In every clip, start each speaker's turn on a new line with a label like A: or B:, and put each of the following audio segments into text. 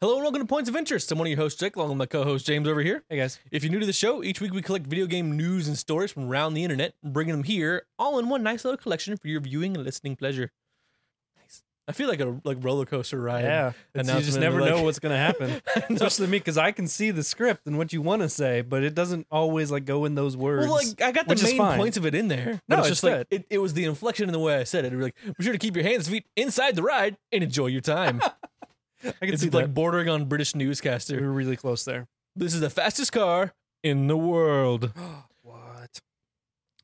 A: Hello and welcome to Points of Interest. I'm one of your hosts, Jake, along with my co-host James over here.
B: Hey guys.
A: If you're new to the show, each week we collect video game news and stories from around the internet and bringing them here, all in one nice little collection for your viewing and listening pleasure. Nice. I feel like a like roller coaster ride.
B: Yeah. It's, you just
A: announcement,
B: never
A: like-
B: know what's going to happen.
A: I know.
B: Especially me, because I can see the script and what you want to say, but it doesn't always like go in those words.
A: Well, like I got the
B: which is
A: main
B: fine.
A: points of it in there. but
B: No,
A: it's
B: it's
A: just like
B: good.
A: it, it was the inflection in the way I said it. It'd be like, be sure to keep your hands and feet inside the ride and enjoy your time.
B: I can
A: it's
B: see
A: like bordering on British
B: that.
A: newscaster.
B: We're really close there.
A: This is the fastest car in the world.
B: what?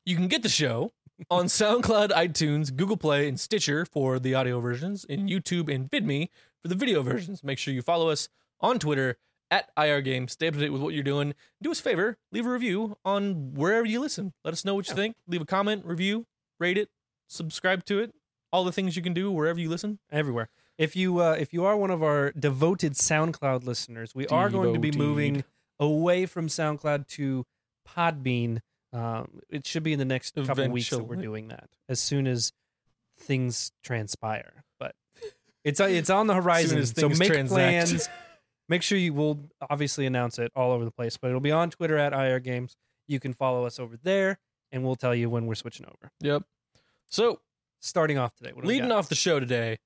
A: You can get the show on SoundCloud, iTunes, Google Play, and Stitcher for the audio versions, and YouTube and VidMe for the video versions. Make sure you follow us on Twitter at IR Games. Stay up to date with what you're doing. Do us a favor, leave a review on wherever you listen. Let us know what you
B: Yeah.
A: think. Leave a comment, review, rate it, subscribe to it. All the things you can do wherever you listen.
B: Everywhere. If you uh, if you are one of our devoted SoundCloud listeners, we are going to be
A: Devoted.
B: moving away from SoundCloud to Podbean. Um, it should be in the next couple weeks that we're
A: Eventually.
B: doing that. As soon as things transpire, but it's uh, it's on the horizon.
A: as
B: so
A: things
B: make
A: transact.
B: plans. Make sure you will obviously announce it all over the place, but it'll be on Twitter at IR Games. You can follow us over there, and we'll tell you when we're switching over.
A: Yep. So,
B: Starting off today, what do we
A: leading
B: got?
A: off the show today,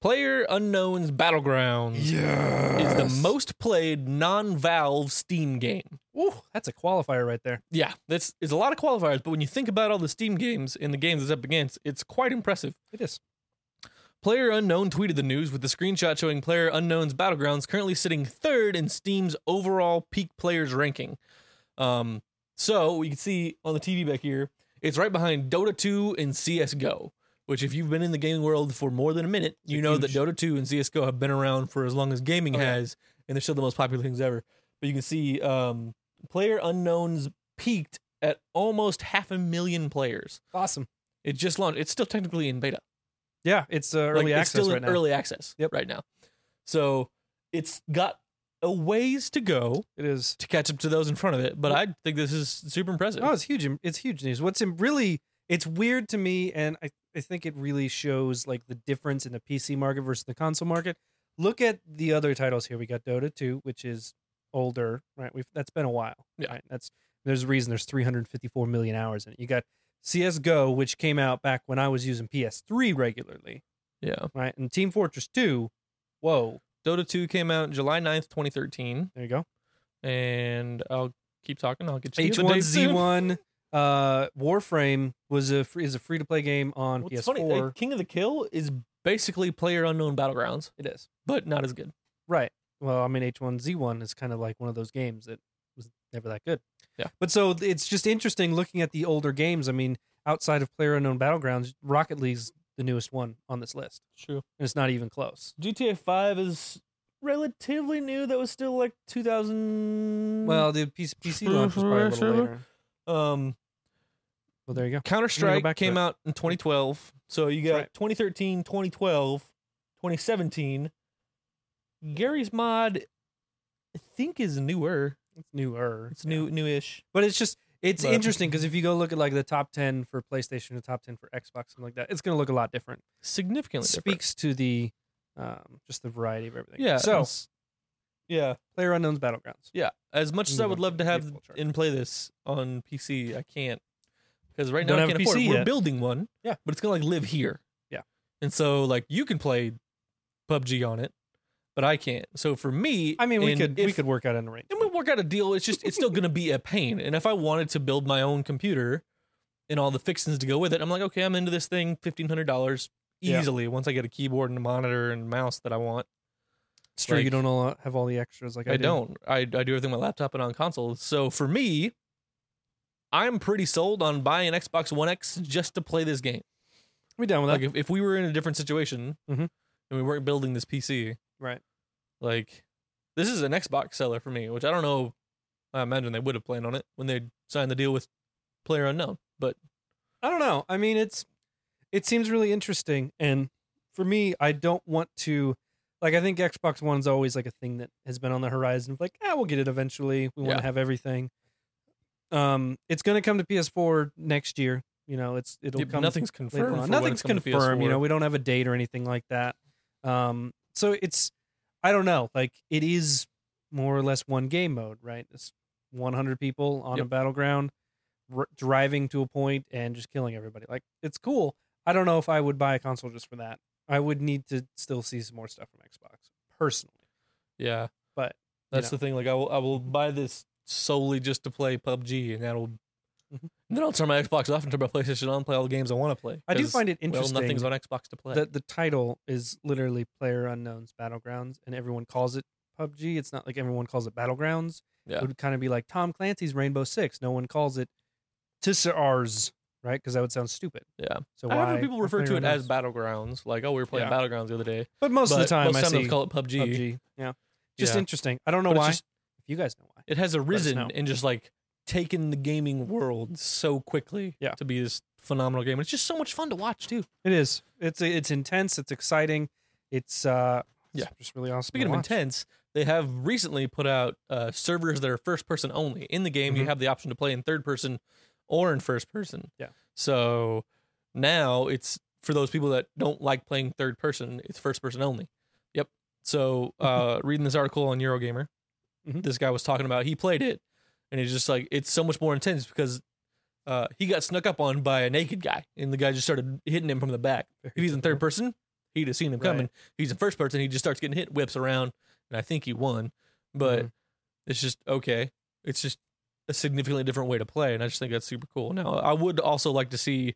A: Player Unknown's Battlegrounds
B: yeah
A: is the most played non Valve Steam game.
B: Ooh, that's a qualifier right there.
A: Yeah, that's it's a lot of qualifiers, but when you think about all the Steam games and the games it's up against, it's quite impressive.
B: It is.
A: Player Unknown tweeted the news with the screenshot showing Player Unknown's Battlegrounds currently sitting third in Steam's overall peak players ranking. Um, so you can see on the TV back here, it's right behind Dota 2 and CS:GO. Which, if you've been in the gaming world for more than a minute, you know that
B: huge.
A: Dota 2 and CS:GO have been around for as long as gaming
B: Oh, yeah.
A: has, and they're still the most popular things ever. But you can see um, Player Unknown's peaked at almost half a million players.
B: Awesome.
A: It just launched. It's still technically in beta.
B: Yeah, it's uh,
A: Like,
B: early
A: it's
B: access
A: still
B: right
A: in
B: now.
A: Early access.
B: Yep.
A: Right now. So it's got a ways to go
B: it is.
A: to catch up to those in front of it, but I think this is super impressive.
B: Oh, it's huge. It's huge news. What's in really, it's weird to me, and I, I think it really shows like the difference in the PC market versus the console market. Look at the other titles here. We got Dota 2, which is older, right? We've that's been a while.
A: Yeah.
B: Right? That's there's a reason there's 354 million hours in it. You got CS:GO, which came out back when I was using PS3 regularly,
A: Yeah.
B: right? And Team Fortress 2. Whoa,
A: Dota 2 came out July 9th, 2013,
B: there you go.
A: and I'll keep talking. I'll get you the date soon.
B: H1Z1 uh, Warframe was a free, is a free to play game on
A: Well, it's
B: PS4.
A: funny, uh, King of the Kill is basically Player Unknown Battlegrounds,
B: it is
A: but not as good.
B: right. Well, I mean H1Z1 is kind of like one of those games that was never that good.
A: Yeah.
B: But so it's just interesting looking at the older games. I mean, outside of Player Unknown Battlegrounds, Rocket League's the newest one on this list,
A: True.
B: and it's not even close.
A: GTA 5 is relatively new. That was still like 2000.
B: Well, the PC, PC launch was probably a little
A: Sure.
B: later.
A: um,
B: Well, there you go.
A: Counter Strike
B: back to
A: came
B: it.
A: out in 2012. So you
B: That's
A: got
B: right.
A: 2013, 2012, 2017. Gary's Mod, I think, is newer.
B: It's newer.
A: It's new, newish.
B: But it's just it's
A: But-
B: interesting because if you go look at like the top ten for PlayStation, the top ten for Xbox, something like that, it's going to look a lot different. It
A: Significantly different.
B: speaks to the um, just the variety of everything.
A: Yeah.
B: So
A: it's- yeah,
B: player unknown's battlegrounds.
A: yeah. As much as I
B: Move
A: would
B: on
A: love
B: to
A: to
B: the
A: have
B: default chart.
A: and play this on PC, I can't because right now
B: Don't
A: I
B: have a
A: can't afford. it.
B: PC
A: We're
B: yet.
A: building one.
B: Yeah.
A: but it's gonna like live here.
B: Yeah.
A: and so like you can play PUBG on it, but I can't. So for me,
B: I mean, we
A: and
B: could we
A: if-
B: could work out an arrangement.
A: and we work out a deal. It's just it's still gonna be a pain. And if I wanted to build my own computer and all the fixings to go with it, I'm like, okay, I'm into this thing, fifteen hundred dollars
B: Yeah.
A: easily once I get a keyboard and a monitor and mouse that I want.
B: It's true.
A: like-
B: you don't all have all the extras like I,
A: I
B: do.
A: don't. I I do everything on my laptop and on consoles. So for me, I'm pretty sold on buying an Xbox One X just to play this game.
B: We down with that?
A: Like if, if we were in a different situation
B: Mhm.
A: and we weren't building this PC,
B: right.
A: like this is an Xbox seller for me, which I don't know. I imagine they would have planned on it when they signed the deal with Player Unknown, but
B: I don't know. I mean, it's it seems really interesting, and for me, I don't want to. Like I think Xbox One's always like a thing that has been on the horizon. Of like, ah, we'll get it eventually. We want
A: Yeah.
B: to have everything. Um, it's going to come to PS4 next year. You know, it's it'll
A: yeah,
B: come.
A: nothing's
B: later
A: confirmed.
B: on.
A: for when
B: Nothing's
A: it's coming to
B: confirmed. You
A: PS4.
B: know, we don't have a date or anything like that. Um, so it's I don't know. Like it is more or less one game mode, right? It's 100 people on a
A: Yep.
B: battleground r- driving to a point and just killing everybody. Like it's cool. I don't know if I would buy a console just for that. I would need to still see some more stuff from Xbox personally.
A: Yeah,
B: But, you
A: that's the thing. Like I will I will buy this solely just to play PUBG, and that'll.
B: Mhm.
A: And then I'll turn my Xbox off and turn my PlayStation on, play all the games I want to play.
B: I do
A: 'cause,
B: find it
A: well,
B: interesting
A: nothing's on Xbox to play.
B: that the title is literally Player Unknown's Battlegrounds and everyone calls it PUBG. It's not like everyone calls it Battlegrounds.
A: Yeah.
B: It would kind of be like Tom Clancy's Rainbow Six. No one calls it Tissars, right? Because that would sound stupid.
A: yeah,
B: So
A: I
B: why
A: have heard people refer to it
B: Player
A: as
B: Unknown's?
A: battlegrounds. Like, oh, we were playing
B: Yeah.
A: battlegrounds the other day.
B: But most of the
A: But
B: time,
A: most
B: I
A: time they'll
B: see
A: call it PUBG.
B: PUBG. Yeah, just
A: Yeah.
B: interesting. I don't know
A: But it's
B: why.
A: just-
B: if you guys know why,
A: It has arisen
B: know.
A: and just like taken the gaming world so quickly.
B: Yeah.
A: to be this phenomenal game. It's just so much fun to watch too.
B: it is. It's it's intense. It's exciting. It's uh,
A: Yeah.
B: it's just really awesome.
A: Speaking
B: to
A: of
B: watch.
A: intense, they have recently put out uh, servers that are first person only. In the game,
B: Mhm.
A: you have the option to play in third person or in first person.
B: Yeah.
A: So now it's for those people that don't like playing third person, it's first person only. Yep. So uh,
B: Mm-hmm.
A: reading this article on Eurogamer,
B: Mhm.
A: this guy was talking about he played it, and he's just like it's so much more intense because uh, he got snuck up on by a naked guy, and the guy just started hitting him from the back. If he's in third person, he'd have seen him
B: Right.
A: coming. If he's in first person, he just starts getting hit, whips around, and I think he won. But
B: Mhm.
A: it's just okay. It's just a significantly different way to play, and I just think that's super cool. Now, I would also like to see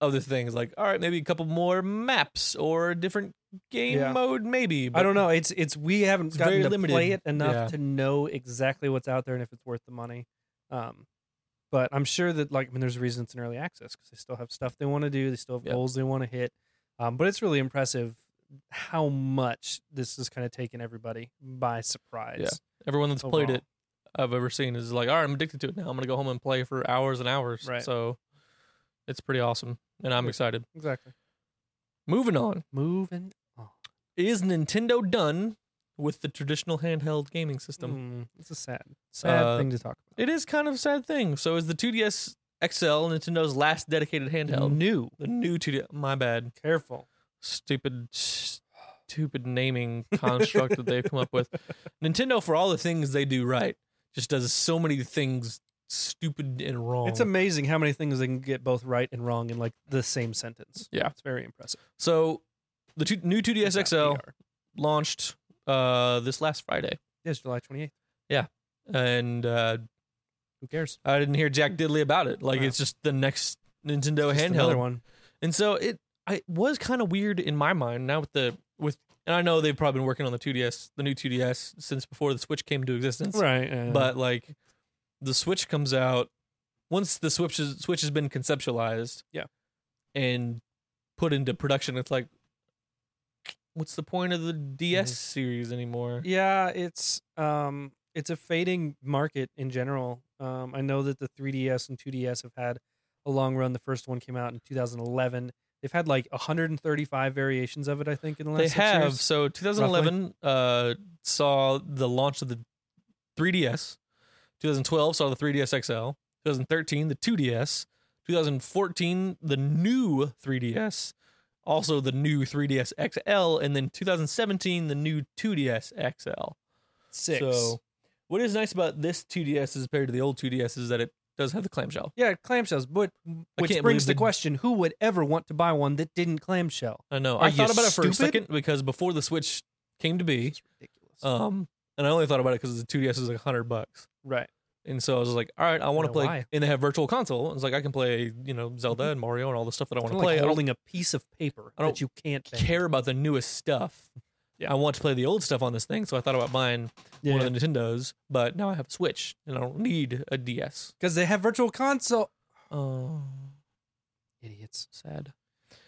A: other things like all right, maybe a couple more maps or a different game
B: Yeah.
A: mode, maybe.
B: I don't know. It's it's we haven't
A: It's very
B: gotten to play
A: limited.
B: it enough
A: Yeah.
B: to know exactly what's out there and if it's worth the money. Um, but I'm sure that like I mean, there's a reason it's an early access because they still have stuff they want to do. They still have
A: Yep.
B: goals they want to hit. Um, but it's really impressive how much this has kind of taken everybody by surprise.
A: Everyone that's played
B: overall.
A: it I've ever seen is like, all right, I'm addicted to it now. I'm gonna go home and play for hours and hours.
B: Right.
A: So it's pretty awesome, and I'm
B: Yeah.
A: excited.
B: Exactly.
A: Moving on.
B: Moving.
A: is Nintendo done with the traditional handheld gaming system?
B: Mm, it's a sad, sad
A: Uh,
B: thing to talk about.
A: It is kind of a sad thing. So is the 2DS XL Nintendo's last dedicated handheld?
B: New.
A: The new 2D. My bad.
B: Careful.
A: Stupid, stupid naming construct that they've come up with. Nintendo, for all the things they do right, just does so many things stupid and wrong.
B: It's amazing how many things they can get both right and wrong in like the same sentence.
A: Yeah.
B: It's very impressive.
A: so the two, new 2DS
B: Yeah,
A: XL
B: VR.
A: launched uh, this last Friday,
B: Yes, July 28th.
A: and uh,
B: Who cares?
A: I didn't hear Jack Diddley about it. Like
B: Wow.
A: it's just the next Nintendo
B: Just
A: handheld,
B: another one.
A: and so it I it was kind of weird in my mind. Now with the with, and I know they've probably been working on the 2DS, the new 2DS, since before the Switch came into existence.
B: Right. uh,
A: But like, the Switch comes out once the Switch is, Switch has been conceptualized,
B: Yeah.
A: and put into production. It's like, what's the point of the DS series anymore?
B: yeah, it's um it's a fading market in general. Um I know that the 3DS and 2DS have had a long run. The first one came out in 2011. They've had like 135 variations of it, I think, in the last
A: They
B: six
A: have.
B: years.
A: So 2011 uh, saw the launch of the 3DS. 2012 saw the 3DS XL. 2013 the 2DS. 2014 the new 3DS. Also the new 3DS XL, and then 2017 the new 2DS XL.
B: six.
A: So, what is nice about this 2DS as compared to the old 2DS is that it does have the clamshell.
B: yeah, clamshells, but which
A: can't
B: brings
A: believe
B: the
A: they-
B: question: Who would ever want to buy one that didn't clamshell?
A: I know.
B: Are
A: I thought
B: you
A: about it for a
B: stupid?
A: second because before the Switch came to be,
B: It's ridiculous.
A: um, and I only thought about it because the 2DS is like 100 bucks.
B: right.
A: And so I was like, all right, I want
B: Yeah,
A: to play.
B: why?
A: And they have virtual console. It's like I can play, you know, Zelda and Mario and all the stuff that I want
B: It's
A: to
B: like
A: play. I don't
B: holding a piece of paper
A: I don't
B: that you can't bend.
A: care about the newest stuff.
B: Yeah.
A: I want to play the old stuff on this thing. So I thought about buying one of the Nintendos, but now I have a Switch and I don't need a DS.
B: because they have virtual console.
A: Oh,
B: Idiots.
A: sad.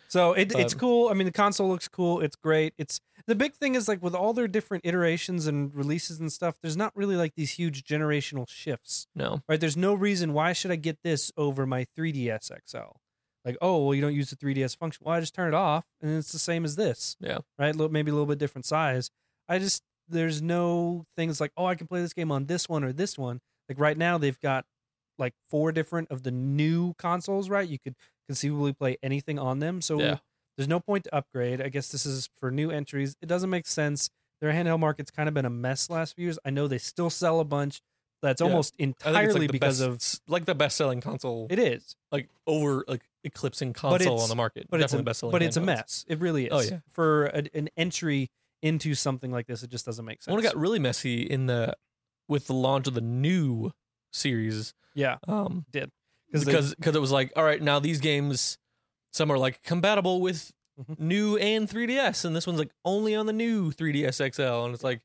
B: So it, it's
A: But-
B: cool. I mean, the console looks cool. It's great. It's the big thing is like with all their different iterations and releases and stuff. There's not really like these huge generational shifts,
A: No.
B: right? There's no reason why should I get this over my 3ds XL. Like, oh well, you don't use the 3ds function. Well, I just turn it off, and it's the same as this.
A: Yeah.
B: right? Lo- Maybe a little bit different size. I just there's no things like oh, I can play this game on this one or this one. Like right now, they've got like four different of the new consoles. Right, you could conceivably play anything on them. So
A: Yeah.
B: there's no point to upgrade. I guess this is for new entries. It doesn't make sense Their handheld market's kind of been a mess last few years. I know they still sell a bunch. That's
A: Yeah.
B: almost
A: I think it's
B: entirely
A: like the
B: because of
A: best, like the best selling console,
B: it is,
A: like over like eclipsing
B: it's-
A: console on the market.
B: but
A: Definitely best
B: it's a,
A: selling.
B: but it's a mess. It really is.
A: Oh, yeah.
B: For a, an entry into something like this, it just doesn't make sense.
A: When it got really messy in the with the launch of the new series,
B: yeah,
A: um,
B: because they-
A: because because it was like, all right, now these games, some are like compatible with
B: Mhm.
A: new and 3DS, and this one's like only on the new 3DS XL, and it's like,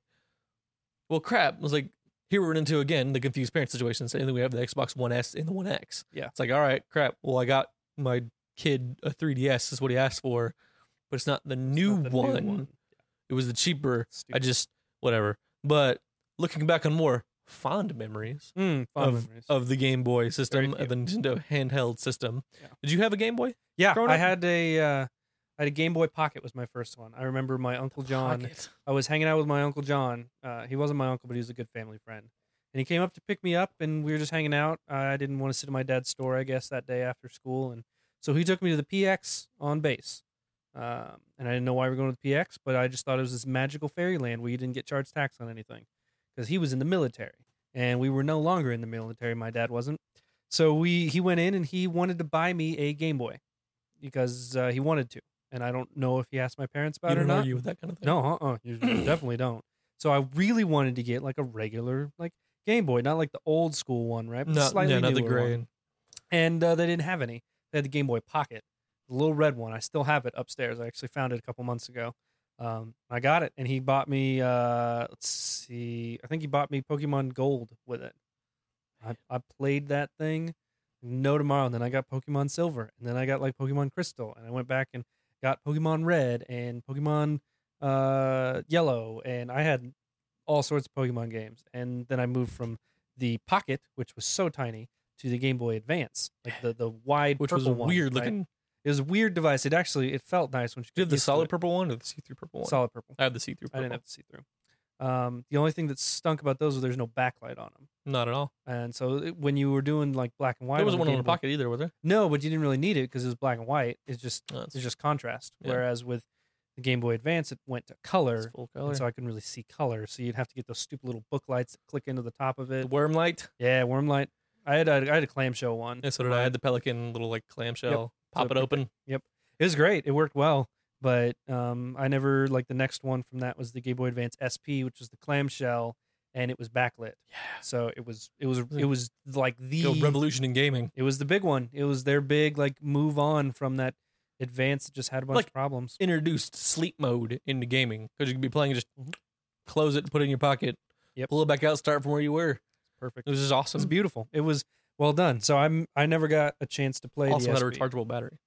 A: well, crap. It was like here we're into again the confused parent situation, saying that we have the Xbox One S and the One X.
B: Yeah.
A: it's like all right, crap. Well, I got my kid a 3DS is what he asked for, but it's not the new
B: not the new
A: one.
B: one.
A: It was the cheaper. I
B: Stupid.
A: just whatever. But looking back on more fond memories
B: Mm, fond
A: of,
B: memories.
A: of the Game Boy system,
B: Very
A: of the Nintendo handheld system.
B: Yeah.
A: Did you have a Game Boy?
B: Yeah,
A: growing
B: I
A: up?
B: had a uh, I had a Game Boy Pocket was my first one. I remember my uncle John.
A: Pocket.
B: I was hanging out with my uncle John. Uh, he wasn't my uncle, but he was a good family friend. And he came up to pick me up, and we were just hanging out. I didn't want to sit in my dad's store, I guess, that day after school, and so he took me to the PX on base. Um, and I didn't know why we were going to the PX, but I just thought it was this magical fairyland where you didn't get charged tax on anything, because he was in the military, and we were no longer in the military. My dad wasn't, so we he went in and he wanted to buy me a Game Boy, because uh, he wanted to, and I don't know if he asked my parents about
A: You
B: it or
A: don't
B: not.
A: argue with that kind of thing.
B: No, uh, uh you definitely don't. So I really wanted to get like a regular like Game Boy, not like the old school one, right? But
A: no,
B: slightly
A: yeah, not the
B: newer
A: gray.
B: one. And uh, they didn't have any. They had the Game Boy Pocket, the little red one. I still have it upstairs. I actually found it a couple months ago. Um, I got it, and he bought me. Uh, let's see, I think he bought me Pokemon Gold with it. I, I played that thing. No tomorrow. And then I got Pokemon Silver, and then I got like Pokemon Crystal, and I went back and got Pokemon Red and Pokemon uh, Yellow, and I had all sorts of Pokemon games. And then I moved from the Pocket, which was so tiny, to the Game Boy Advance, like the the wide,
A: Which was a
B: purple one,
A: weird
B: right?
A: looking.
B: It was a weird device. It actually it felt nice when you
A: Did you have the
B: used to
A: solid
B: it.
A: purple one or the see through purple one?
B: solid purple.
A: I have the see through
B: I
A: purple.
B: didn't have to see through. Um, the only thing that stunk about those was there's no backlight on them,
A: Not at all.
B: and so it- when you were doing like black and white,
A: there wasn't one
B: on the
A: on the
B: Game Boy-
A: pocket either, was there?
B: No, but you didn't really need it because it was black and white. It's just
A: No,
B: it's just contrast.
A: Yeah.
B: Whereas with the Game Boy Advance, it went to color,
A: full
B: and
A: color.
B: so I couldn't really see color. So you'd have to get those stupid little book lights that click into the top of
A: The
B: it.
A: worm light.
B: Yeah, worm light. I had a, I had a clamshell one.
A: Yeah, so did I. I had the pelican little like clamshell. Pop
B: So
A: it open.
B: It was great. It worked well, but um, I never like the next one from that was the Game Boy Advance SP, which was the clamshell, and it was backlit.
A: Yeah.
B: So it was it was
A: was
B: it was like
A: Go
B: the
A: revolution in gaming.
B: it was the big one. It was their big like move on from that advance that just had a bunch
A: Like-
B: of problems.
A: Introduced sleep mode into gaming because you could be playing and just
B: Mhm.
A: close it, put it in your pocket,
B: Yep.
A: pull it back out, start from where you were.
B: Perfect.
A: It
B: It
A: was just awesome.
B: was beautiful. It was well done. So I'm I never got a chance to play
A: also
B: the
A: had a
B: SP.
A: rechargeable battery.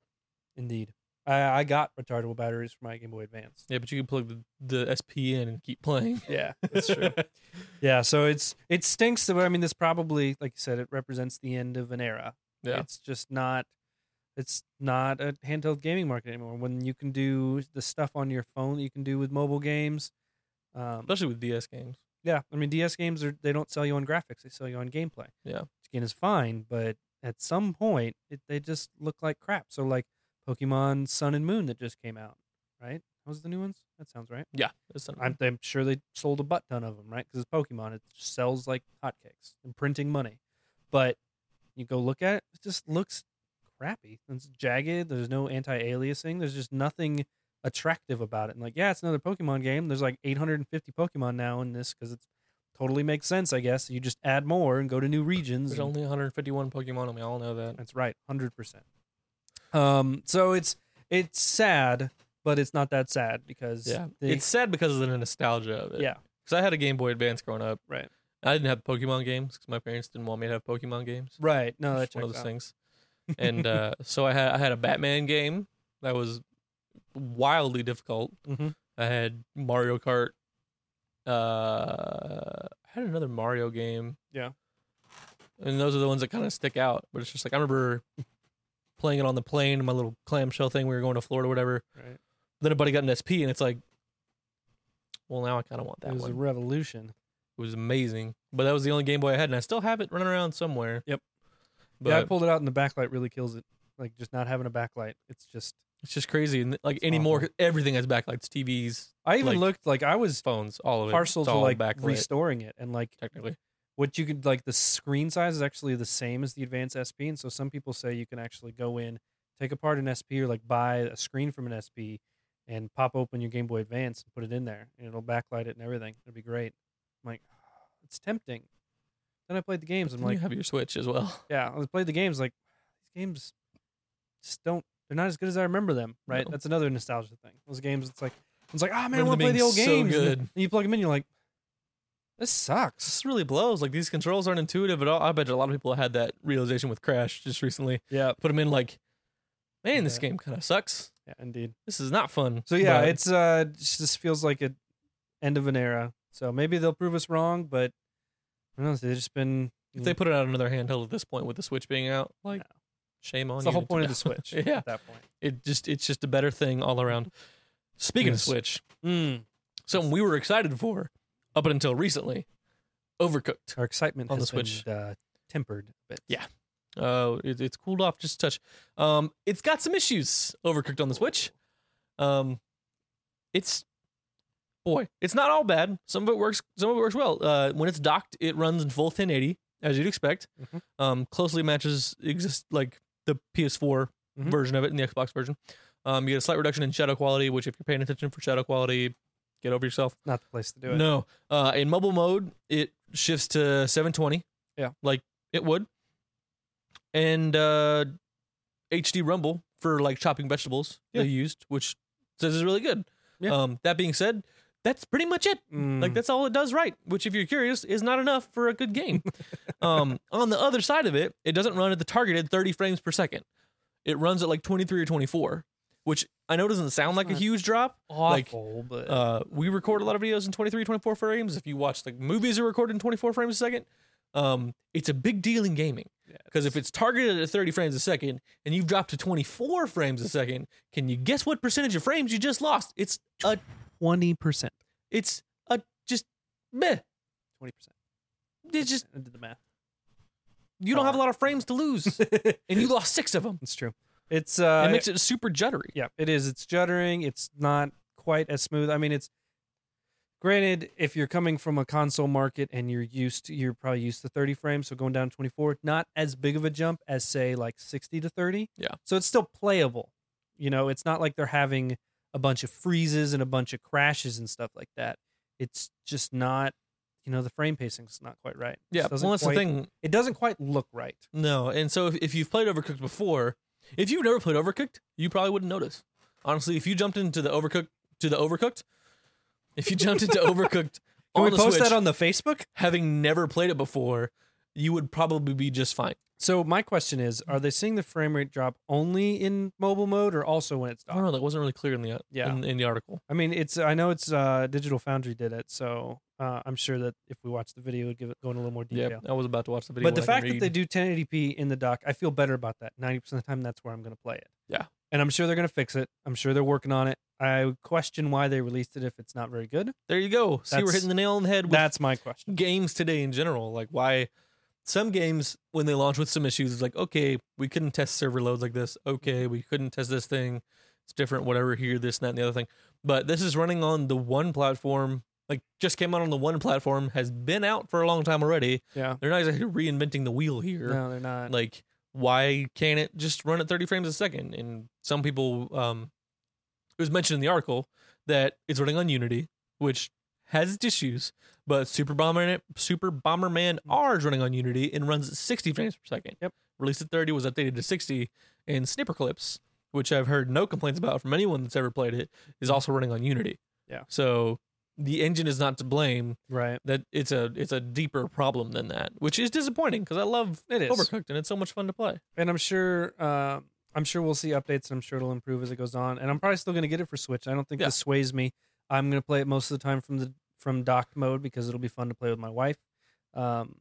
B: Indeed. I, I got rechargeable batteries for my Game Boy Advance.
A: Yeah, but you could plug the, the SP in and keep playing.
B: Yeah, that's true. yeah, so it's it stinks that I mean this probably like you said it represents the end of an era.
A: Yeah.
B: It's just not it's not a handheld gaming market anymore when you can do the stuff on your phone that you can do with mobile games. Um,
A: Especially with DS games.
B: yeah, I mean DS games are they don't sell you on graphics, they sell you on gameplay.
A: Yeah.
B: Which again is fine, but at some point it, they just look like crap. So like Pokemon Sun and Moon that just came out, right? Those are the new ones? That sounds right.
A: Yeah. That's something.
B: I'm, I'm sure they sold a butt ton of them, right? Because it's Pokemon. It just sells like hotcakes and printing money. But you go look at it, it just looks crappy. It's jagged. There's no anti aliasing. There's just nothing attractive about it. And like, yeah, it's another Pokemon game. There's like 850 Pokemon now in this because it totally makes sense, I guess. You just add more and go to new regions.
A: There's
B: and-
A: only 151 Pokemon, and we all know that.
B: that's right, hundred percent. Um, so it's it's sad, but it's not that sad because
A: Yeah.
B: they-
A: it's sad because of the nostalgia of it.
B: yeah,
A: Because I had a Game Boy Advance growing up.
B: Right.
A: I didn't have Pokemon games because my parents didn't want me to have Pokemon games.
B: right. No,
A: It's
B: that's
A: just one of those things. And uh, so I had I had a Batman game that was wildly difficult.
B: Mhm.
A: I had Mario Kart. Uh, I had another Mario game.
B: Yeah.
A: And those are the ones that kind of stick out. But it's just like I remember playing it on the plane, my little clamshell thing. We were going to Florida, or whatever.
B: Right.
A: Then a buddy got an SP, and it's like, well, now I kind of want that
B: It was
A: one.
B: a revolution.
A: it was amazing. But that was the only Game Boy I had, and I still have it running around somewhere.
B: Yep.
A: But
B: yeah, I pulled it out, and the backlight really kills it. like just not having a backlight. It's just
A: It's just crazy. And like
B: It's
A: anymore,
B: awful.
A: everything has backlights, TVs,
B: I even
A: Like-
B: looked like I was
A: phones, all of it.
B: parcel
A: It's
B: to
A: all
B: like
A: backlit,
B: restoring it and like
A: technically.
B: what you could like the screen size is actually the same as the advanced SP, and so some people say you can actually go in, take apart an SP or like buy a screen from an SP, and pop open your Game Boy Advance and put it in there, and it'll backlight it and everything. It'd be great. I'm like, it's tempting. Then I played the games. I'm
A: Then
B: like,
A: you have your Switch as well.
B: yeah, I played the games. Like these games just don't. They're not as good as I remember them. Right.
A: No.
B: That's another nostalgia thing. Those games. It's like it's like, oh man, I
A: Remember
B: want to
A: them
B: play the
A: being
B: old
A: so
B: games. And
A: good.
B: then you plug them in, you're like, this sucks.
A: This really blows. Like these controls aren't intuitive at all. I bet a lot of people had that realization with Crash just recently.
B: Yeah.
A: Put them in like, man, this
B: Yeah.
A: game kind of sucks.
B: Yeah. Indeed.
A: This is not fun.
B: So yeah,
A: But
B: it's uh it just feels like a end of an era. So maybe they'll prove us wrong, but I don't know, they've just been
A: if they put it out another handheld at this point with the Switch being out, like, shame on
B: it's
A: you.
B: the whole point of the
A: Nintendo.
B: Switch
A: yeah,
B: at that point.
A: it just it's just a better thing all around. Speaking
B: Yes.
A: of Switch,
B: Mm.
A: something we were excited for up until recently, Overcooked.
B: Our excitement
A: On the
B: has
A: Switch.
B: been uh, tempered a bit.
A: Yeah. Uh, it, it's cooled off just a touch. Um, it's got some issues. Overcooked on the Switch. Um, it's boy, it's not all bad. Some of it works. Some of it works well. Uh, when it's docked, it runs in full 1080 as you'd expect.
B: Mhm.
A: Um, closely matches exist like the PS4
B: Mhm.
A: version of it and the Xbox version. Um, you get a slight reduction in shadow quality, which if you're paying attention for shadow quality, get over yourself.
B: Not the place to do it.
A: No. Uh, in mobile mode, it shifts to 720.
B: Yeah.
A: Like it would. And uh, HD Rumble for like chopping vegetables
B: Yeah.
A: they used, which says is really good.
B: Yeah.
A: Um, that being said, that's pretty much it.
B: Mm.
A: Like that's all it does right, which if you're curious is not enough for a good game. um, on the other side of it, it doesn't run at the targeted 30 frames per second. It runs at like 23 or 24, which I know doesn't sound like a
B: Not-
A: huge drop,
B: awful, but
A: uh, we record a lot of videos in 23 24 frames if you watch like movies are recorded in 24 frames a second um, it's a big deal in gaming
B: Yeah,
A: because if it's targeted at 30 frames a second and you've dropped to 24 frames a second can you guess what percentage of frames you just lost it's a
B: twenty percent.
A: it's a just meh
B: Twenty percent.
A: it's just
B: I did the math.
A: you don't have a lot of frames to lose and you lost six of them
B: It's true. It's uh
A: it makes it super juddery
B: Yeah, it is. It's juddering. It's not quite as smooth. I mean, it's granted if you're coming from a console market and you're used to, you're probably used to 30 frames, so going down to 24, not as big of a jump as say like 60 to 30.
A: Yeah.
B: So it's still playable. You know, it's not like they're having a bunch of freezes and a bunch of crashes and stuff like that. It's just not, you know, the frame pacing's not quite right. It
A: yeah
B: just doesn't
A: well that's
B: quite-
A: the thing
B: It doesn't quite look right.
A: No, and so if, if you've played Overcooked before, if you've never played Overcooked, you probably wouldn't notice. Honestly, if you jumped into the Overcooked to the Overcooked, if you jumped into Overcooked
B: Can
A: on
B: we
A: the
B: post
A: Switch,
B: that on the Facebook?
A: having never played it before, you would probably be just fine.
B: So my question is: Are they seeing the frame rate drop only in mobile mode, or also when it's
A: I don't
B: docked?
A: know. That wasn't really clear in the
B: Yeah.
A: in, in the article.
B: I mean, it's I know it's uh, Digital Foundry did it, so uh, I'm sure that if we watch the video, it'd give it go in a little more
A: Yeah,
B: detail.
A: I was about to watch the video.
B: But the
A: when I
B: fact
A: can read.
B: that they do 1080p in the dock, I feel better about that. 90% of the time, that's where I'm going to play it.
A: Yeah.
B: and I'm sure they're going to fix it. I'm sure they're working on it. I would question why they released it if it's not very good.
A: there you go. See, we're
B: That's-
A: hitting the nail on the head with
B: That's my question.
A: games today in general. Like why some games when they launch with some issues, it's like okay, we couldn't test server loads like this. Okay, we couldn't test this thing. It's different. Whatever here, this, and that, and the other thing. But this is running on the one platform. Like just came out on the one platform. Has been out for a long time already.
B: Yeah,
A: They're not exactly reinventing the wheel here.
B: no, they're not.
A: Like why can't it just run at 30 frames a second? And some people, um, it was mentioned in the article that it's running on Unity, which has its issues, but Super Bomberman Super Bomberman R is running on Unity and runs at 60 frames per second.
B: Mm. Yep.
A: Released at 30 was updated to 60, and Snipper Clips, which I've heard no complaints about from anyone that's ever played it, is also running on Unity.
B: Mm. Yeah.
A: So the engine is not to blame.
B: right?
A: That it's a it's a deeper problem than that, which is disappointing because I love
B: It is.
A: Overcooked, and it's so much fun to play.
B: and I'm sure uh, I'm sure we'll see updates, and I'm sure it'll improve as it goes on. And I'm probably still going to get it for Switch. I don't think
A: Yeah.
B: this sways me. I'm going to play it most of the time from the from docked mode because it'll be fun to play with my wife. Um,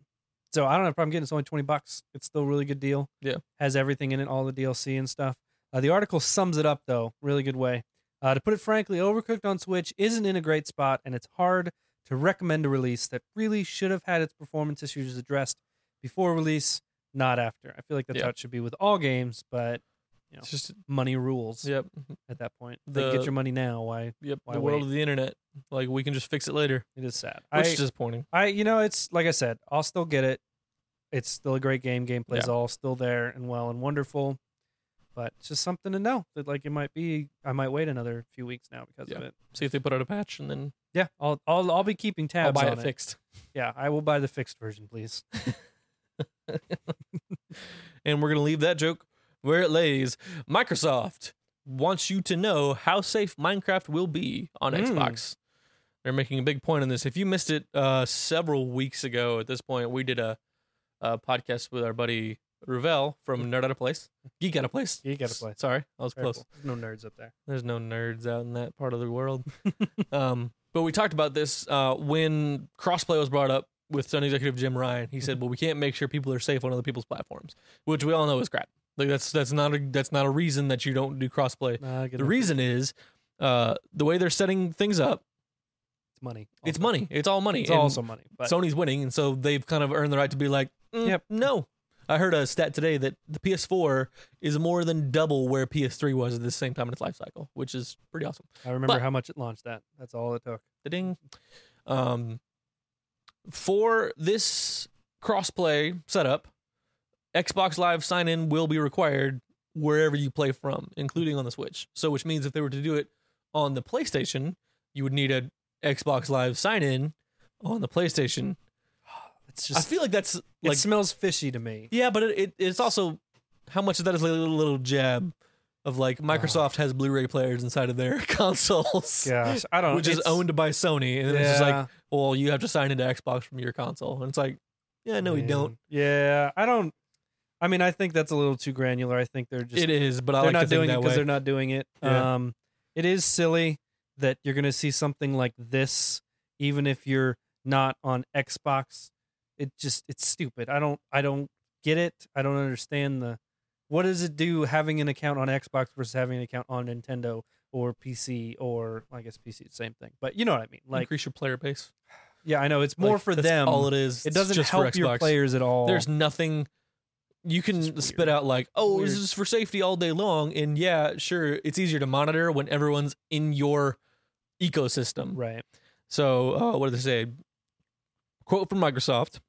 B: so I don't have a problem getting it. It's only twenty bucks. It's still a really good deal.
A: Yeah.
B: has everything in it, all the DLC and stuff. Uh, the article sums it up though, really good way. Uh, to put it frankly, Overcooked on Switch isn't in a great spot, and it's hard to recommend a release that really should have had its performance issues addressed before release, not after. I feel like that's
A: Yeah.
B: how it should be with all games, but you know,
A: It's just
B: money rules
A: yep,
B: at that point.
A: The-
B: they get your money now. Why?
A: yep.
B: Why
A: the world
B: wait?
A: of the internet. Like we can just fix it later.
B: It is sad. I,
A: Which is disappointing.
B: I, you know, it's like I said, I'll still get it. It's still a great game. Gameplay's
A: Yeah.
B: all still there and well and wonderful. But it's just something to know that like it might be. I might wait another few weeks now because of
A: Yeah.
B: it.
A: See if they put out a patch and then
B: Yeah, I'll I'll I'll be keeping tabs
A: I'll buy
B: on
A: it fixed.
B: Yeah, I will buy the fixed version, please.
A: and we're going to leave that joke where it lays. Microsoft wants you to know how safe Minecraft will be on
B: Mm.
A: Xbox. They're making a big point on this. If you missed it uh, several weeks ago, at this point, we did a, a podcast with our buddy Ravel from Nerd Out of Place, Geek Out of Place.
B: Geek Outta Place.
A: Sorry, I was close.
B: There's no nerds up there.
A: There's no nerds out in that part of the world. um, but we talked about this uh, when crossplay was brought up with Sony executive Jim Ryan. He said, "Well, we can't make sure people are safe on other people's platforms," which we all know is crap. Like that's that's not a that's not a reason that you don't do crossplay.
B: Nah, I get
A: The
B: it.
A: reason is uh, the way they're setting things up.
B: it's money.
A: It's money. It's all money.
B: It's
A: And
B: also money. But
A: Sony's winning, and so they've kind of earned the right to be like, "Mm,
B: Yep.
A: no. I heard a stat today that the PS4 is more than double where PS3 was at the same time in its life cycle, which is pretty awesome.
B: I remember
A: but-
B: how much it launched at. That's all it took.
A: the ding. Um, for this crossplay setup, Xbox Live sign in will be required wherever you play from, including on the Switch. So, which means if they were to do it on the PlayStation, you would need a Xbox Live sign in on the PlayStation.
B: It's just
A: I feel like that's like
B: it smells fishy to me.
A: yeah, but it, it it's also how much of that is like a little, little jab of like Microsoft has Blu-ray players inside of their consoles.
B: Gosh, I don't.
A: Which is
B: it's-
A: owned by Sony, and then
B: yeah,
A: it's just like, well, you have to sign into Xbox from your console. And it's like, yeah, no, we
B: man.
A: don't.
B: Yeah, I don't. I mean, I think that's a little too granular. I think they're just
A: it is, but I
B: they're
A: like
B: not
A: to think
B: doing it
A: that
B: because
A: way.
B: they're not doing it.
A: Yeah.
B: Um, it is silly that you're going to see something like this, even if you're not on Xbox. It just it's stupid. I don't I don't get it. I don't understand the what does it do having an account on Xbox versus having an account on Nintendo or PC or I guess PC is the same thing. But you know what I mean. Like
A: Increase your player base.
B: yeah, I know it's more
A: Like,
B: for
A: that's
B: them.
A: All it is.
B: It
A: It's
B: doesn't
A: just
B: help
A: for
B: your
A: Xbox.
B: players at all.
A: There's nothing. You
B: It's
A: can
B: just
A: spit
B: weird.
A: out like, "Oh, this
B: Weird.
A: is for safety all day long," and yeah, sure, it's easier to monitor when everyone's in your ecosystem.
B: right.
A: So, uh, what do they say? Quote from Microsoft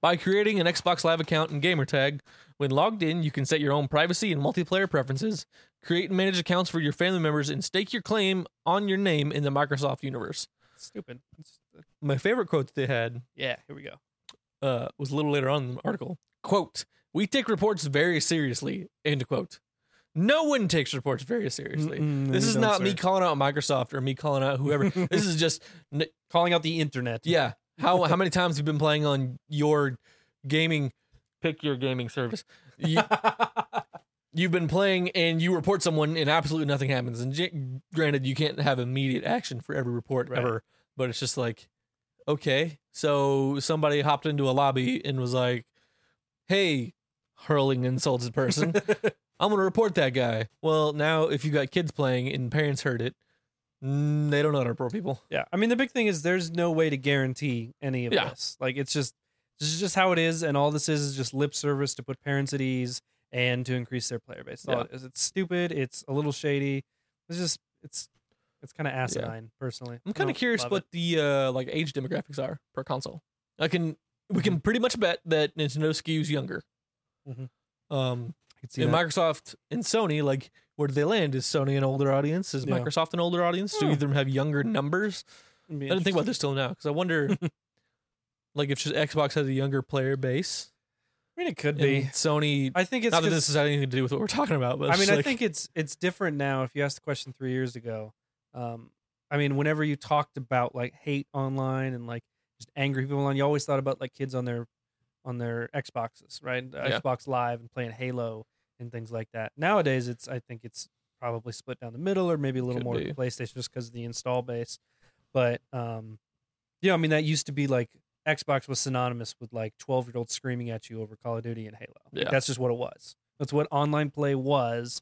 A: By creating an Xbox Live account and gamer tag, when logged in, you can set your own privacy and multiplayer preferences, create and manage accounts for your family members, and stake your claim on your name in the Microsoft universe.
B: Stupid. It's-
A: My favorite quote that they had
B: yeah, here we go.
A: uh, was a little later on in the article. Quote, we take reports very seriously, end quote. No one takes reports very seriously.
B: Mm-mm, no,
A: This
B: you
A: is
B: don't,
A: not
B: sir.
A: me calling out Microsoft or me calling out whoever. this is just n-
B: calling out the internet.
A: Yeah. How how many times you've been playing on your gaming? Pick your gaming service. You, you've been playing and you report someone and absolutely nothing happens. And j- granted, you can't have immediate action for every report
B: Right.
A: ever, but it's just like, okay, so somebody hopped into a lobby and was like, "Hey, hurling insults at person, I'm gonna report that guy." Well, now if you got kids playing and parents heard it, mm, they don't know how to report people.
B: yeah. I mean, the big thing is there's no way to guarantee any of
A: Yeah.
B: this. Like, it's just this is just how it is, and all this is is just lip service to put parents at ease and to increase their player base. That's all
A: Yeah.
B: it is. It's stupid. It's a little shady. It's just it's it's kind of asinine, personally.
A: I'm kind of curious what the uh, like age demographics are per console. I can we
B: Mm-hmm.
A: can pretty much bet that Nintendo skews younger.
B: Mhm.
A: Um,
B: in
A: and Microsoft and Sony, like where do they land? Is Sony an older audience? Is
B: Yeah.
A: Microsoft an older audience? Do
B: Hmm.
A: either of them have younger numbers? I didn't think about this till now because I wonder, like if just Xbox has a younger player base,
B: I mean, it could
A: and
B: be.
A: Sony.
B: I think it's
A: Not that
B: 'cause-
A: this has anything to do with what we're talking about, but
B: I
A: it's
B: mean,
A: just
B: I
A: like-
B: think it's it's different now. If you asked the question three years ago, um, I mean, whenever you talked about like hate online and like just angry people online, you always thought about like kids on their on their Xboxes, right? Uh,
A: Yeah.
B: Xbox Live and playing Halo and things like that. Nowadays, it's I think it's probably split down the middle, or maybe a little
A: Could
B: more
A: be.
B: PlayStation just because of the install base. But um, yeah, I mean, that used to be like Xbox was synonymous with like 12 year olds screaming at you over Call of Duty and Halo. Like,
A: Yeah.
B: that's just what it was. That's what online play was.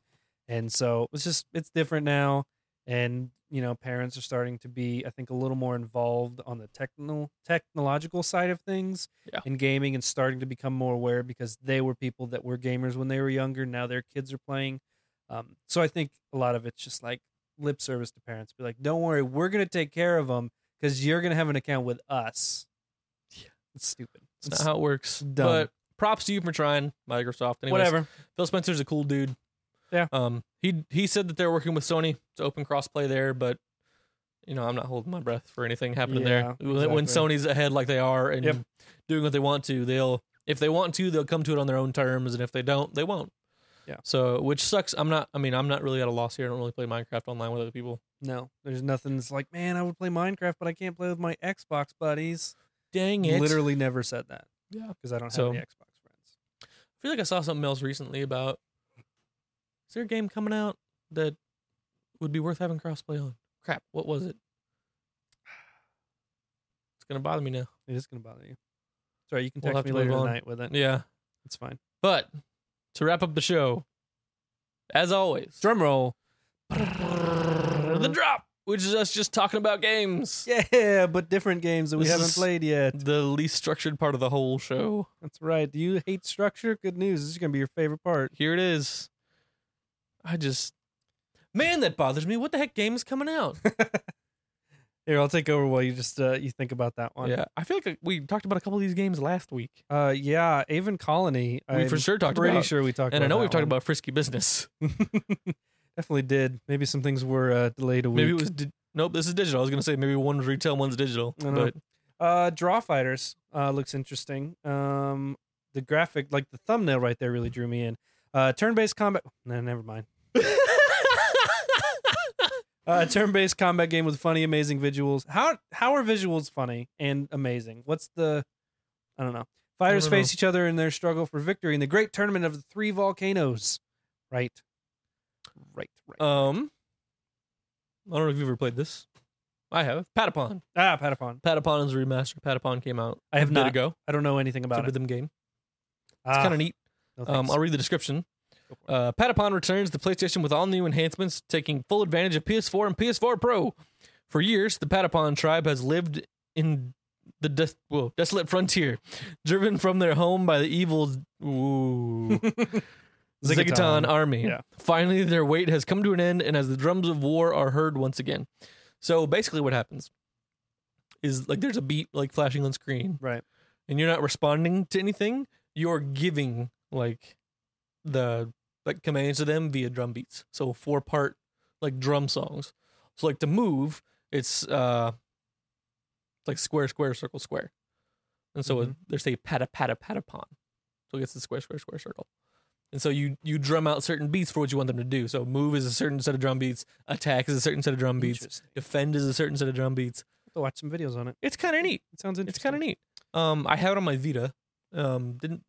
B: And so it's just, it's different now. And you know parents are starting to be i think a little more involved on the technical technological side of things
A: Yeah.
B: in gaming and starting to become more aware because they were people that were gamers when they were younger now their kids are playing um, so i think a lot of it's just like lip service to parents be like don't worry we're going to take care of them because you're going to have an account with us
A: Yeah.
B: it's stupid
A: It's, not how it works.
B: dumb.
A: But props to you for trying, Microsoft. Anyways,
B: whatever
A: Phil Spencer's a cool dude.
B: Yeah.
A: Um. He he said that they're working with Sony to open crossplay there, but you know I'm not holding my breath for anything happening
B: Yeah,
A: there. When- When
B: exactly.
A: Sony's ahead like they are and
B: Yep.
A: doing what they want to, they'll if they want to they'll come to it on their own terms, and if they don't, they won't.
B: Yeah.
A: So which sucks. I'm not. I mean, I'm not really at a loss here. I don't really play Minecraft online with other people.
B: no there's nothing that's like man i would play minecraft but i can't play with my xbox buddies
A: Dang it!
B: literally never said that
A: Yeah.
B: because i don't have
A: So-
B: any xbox friends
A: I feel like I saw something else recently about is there a game coming out that would be worth having crossplay on? Crap, what was it? It's gonna bother me now.
B: It is going to bother you. Sorry, you can
A: We'll have
B: text me
A: to
B: later
A: move on.
B: tonight with it.
A: Yeah,
B: It's fine.
A: but to wrap up the show, as always,
B: Drum roll.
A: the drop, which is us just talking about games.
B: Uh-huh. Yeah, but different games that we
A: This
B: haven't
A: is-
B: played yet.
A: The least structured part of the whole show.
B: That's right. Do you hate structure? Good news. This is going to be your favorite part.
A: Here it is. I just, man, that bothers me. What the heck game is coming out?
B: Here, I'll take over while you just uh, you think about that one.
A: yeah, I feel like we talked about a couple of these games last week.
B: Uh, yeah, Avon Colony.
A: We
B: I'm
A: for sure talked
B: pretty
A: about.
B: sure we talked
A: and
B: about
A: I know we've
B: that
A: talked about frisky business.
B: one. Definitely did. Maybe some things were uh, delayed a week.
A: Maybe it was di- nope. This is digital. I was gonna say maybe one's retail, one's digital.
B: I don't know.
A: But
B: Uh, Draw Fighters uh, looks interesting. Um, the graphic, like the thumbnail right there, really drew me in. Uh, turn-based combat. No, never mind. Uh, turn-based combat game with funny, amazing visuals. How how are visuals funny and amazing? What's the I don't know. Fighters
A: don't know.
B: face each other in their struggle for victory in the great tournament of the three volcanoes. Right, Uh, right, right.
A: um, I don't know if you've ever played this. I have Patapon.
B: ah, Patapon.
A: Patapon is a remaster. Patapon came out
B: I have
A: a bit
B: not.
A: ago.
B: I don't know anything
A: It's a
B: about it. Ah.
A: rhythm game. It's kind of neat. Um, I'll read the description.
B: Go for it.
A: Uh, Patapon returns to PlayStation with all new enhancements, taking full advantage of PS4 and PS4 Pro. For years, the Patapon tribe has lived in the des- whoa, desolate frontier, driven from their home by the evil ooh,
B: Ziggaton.
A: Ziggaton army.
B: Yeah.
A: Finally, their wait has come to an end, and as the drums of war are heard once again. So basically, what happens is like there's a beat like flashing on screen,
B: right.
A: and you're not responding to anything, you're giving like the like commands to them via drum beats. So four part like drum songs. So like to move, it's uh it's like square, square, circle, square. And so
B: Mhm.
A: they say pata pata pata pon. So it gets the square, square, square, circle. And so you you drum out certain beats for what you want them to do. So move is a certain set of drum beats, attack is a certain set of drum beats,
B: Interesting.
A: defend is a certain set of drum beats.
B: I'll watch some videos on it.
A: It's kind of neat.
B: It sounds interesting.
A: It's kind of neat. Um, I had it on my Vita. Um, didn't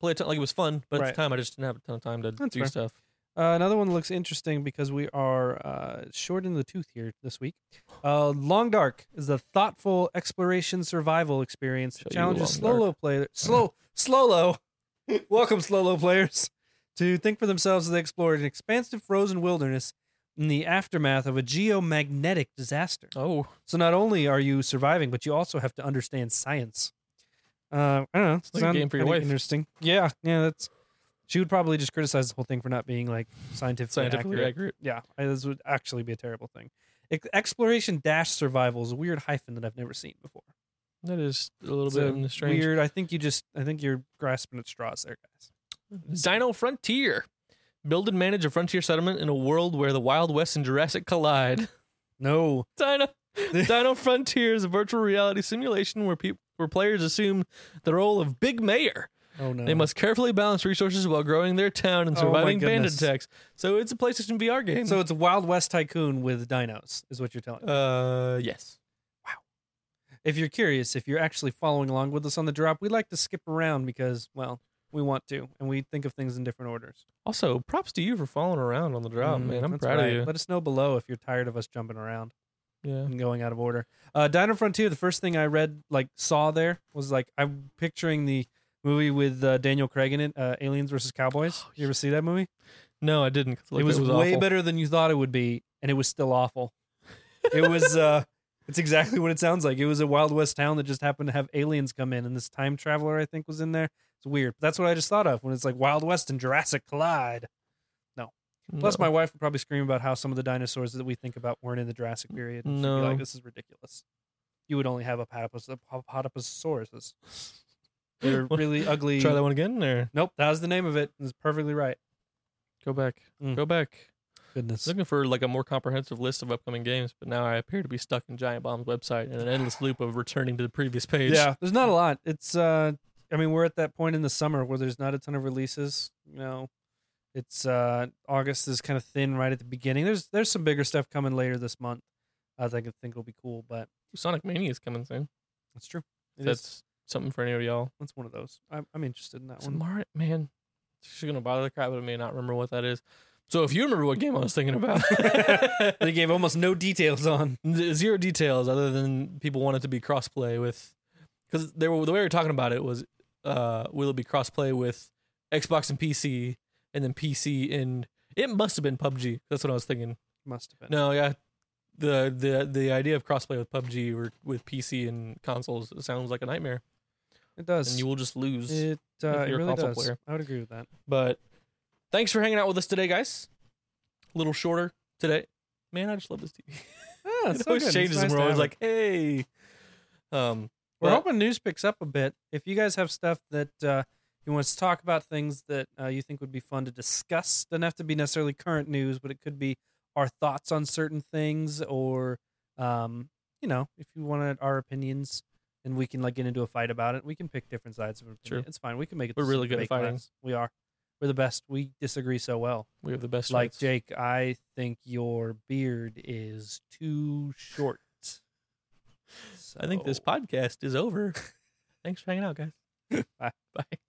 A: play a ton. Like it was fun, but at
B: Right.
A: the time I just didn't have a ton of time to
B: That's
A: do
B: fair.
A: stuff.
B: Uh, another one looks interesting because we are uh, short in the tooth here this week. Uh, Long Dark is a thoughtful exploration survival experience that
A: Show you
B: challenges
A: Long
B: slow players. Slow, slowlo. Welcome, slowlo players, to think for themselves as they explore an expansive frozen wilderness in the aftermath of a geomagnetic disaster.
A: Oh,
B: So not only are you surviving, but you also have to understand science. Uh, I don't know. It's
A: like a game for your wife.
B: Interesting. Yeah, yeah. That's she would probably just criticize the whole thing for not being like scientifically,
A: scientifically
B: accurate.
A: accurate.
B: Yeah, I- this would actually be a terrible thing. Ex- Exploration dash survival is a weird hyphen that I've never seen before.
A: That is a little
B: It's a
A: bit strange.
B: Weird. I think you just. I think you're grasping at straws there, guys.
A: Dino Frontier. Build and manage a frontier settlement in a world where the Wild West and Jurassic collide.
B: No.
A: Dino Dino Frontier is a virtual reality simulation where people where players assume the role of big mayor.
B: Oh no.
A: They must carefully balance resources while growing their town and
B: Oh, my
A: surviving bandit
B: goodness.
A: attacks. So it's a PlayStation VR game.
B: So it's a Wild West tycoon with dinos, is what you're telling. me.
A: uh yes.
B: if you're curious, if you're actually following along with us on the drop, we like to skip around because, well, we want to and we think of things in different orders.
A: Also, props to you for following around on the drop,
B: Mm,
A: man. I'm
B: that's
A: proud
B: right.
A: of you.
B: Let us know below if you're tired of us jumping around
A: Yeah.
B: and going out of order. Uh, Dino Frontier, the first thing I read, like, saw there was like, I'm picturing the movie with uh, Daniel Craig in it, uh, Aliens versus Cowboys.
A: Oh,
B: you ever see that movie?
A: No, I didn't. 'cause I
B: it
A: looked-
B: was,
A: it was
B: way
A: awful.
B: better than you thought it would be, and it was still awful. It was uh it's exactly what it sounds like. It was a Wild West town that just happened to have aliens come in and this time traveler I think was in there. It's weird. But that's what I just thought of when it's like Wild West and Jurassic collide. Plus
A: No.
B: my wife would probably scream about how some of the dinosaurs that we think about weren't in the Jurassic period. and she'd be
A: No.
B: like this is ridiculous. You would only have a platypus, a platypusauruses. They're really ugly.
A: Try that one again or
B: Nope, that was the name of it. It's perfectly right.
A: go back.
B: Mm.
A: Go back. I was
B: Goodness.
A: looking for like a more comprehensive list of upcoming games, but now I appear to be stuck in Giant Bomb's website in an endless loop of returning to the previous page.
B: Yeah, there's not a lot. It's uh I mean, we're at that point in the summer where there's not a ton of releases, you know. It's uh August is kind of thin right at the beginning. There's there's some bigger stuff coming later this month. Uh, that I can think will be cool, but
A: Sonic Mania is coming soon.
B: that's true. It is-
A: That's something for any of y'all.
B: that's one of those. I'm, I'm interested in that
A: It's
B: one.
A: Mario, man. She's gonna bother the crap out of me and not remember what that is. So if you remember what game I was thinking about,
B: they gave almost no details on.
A: zero details other than people want it to be crossplay with, because they were the way we were talking about it was, uh, will it be crossplay with Xbox and PC, and then PC and it must have been PUBG. That's what I was thinking.
B: Must have been.
A: No, yeah, the the the idea of crossplay with PUBG or with PC and consoles sounds like a nightmare,
B: it
A: and
B: does.
A: you will just lose.
B: it uh,
A: if
B: it
A: you're a
B: really
A: console
B: does.
A: player.
B: I would agree with that.
A: But thanks for hanging out with us today, guys. A little shorter today. Man, I just love this TV.
B: Ah, it's
A: it
B: so
A: always
B: good. It's
A: changes
B: nice
A: and we're
B: to
A: always
B: have it.
A: like, hey. Um,
B: We're
A: But-
B: hoping news picks up a bit. If you guys have stuff that uh, you want us to talk about, things that uh, you think would be fun to discuss, doesn't have to be necessarily current news, but it could be our thoughts on certain things, or um, you know, if you wanted our opinions, and we can like get into a fight about it, we can pick different sides of it.
A: True.
B: It's fine. We can make it.
A: We're
B: to
A: really good at
B: debate
A: fighting.
B: class. We are. We're the best. We disagree so well.
A: we have the best
B: like
A: rights.
B: Jake, I think your beard is too short.
A: I think this
B: So- Oh.
A: podcast is over. thanks for hanging out, guys.
B: Bye.
A: Bye.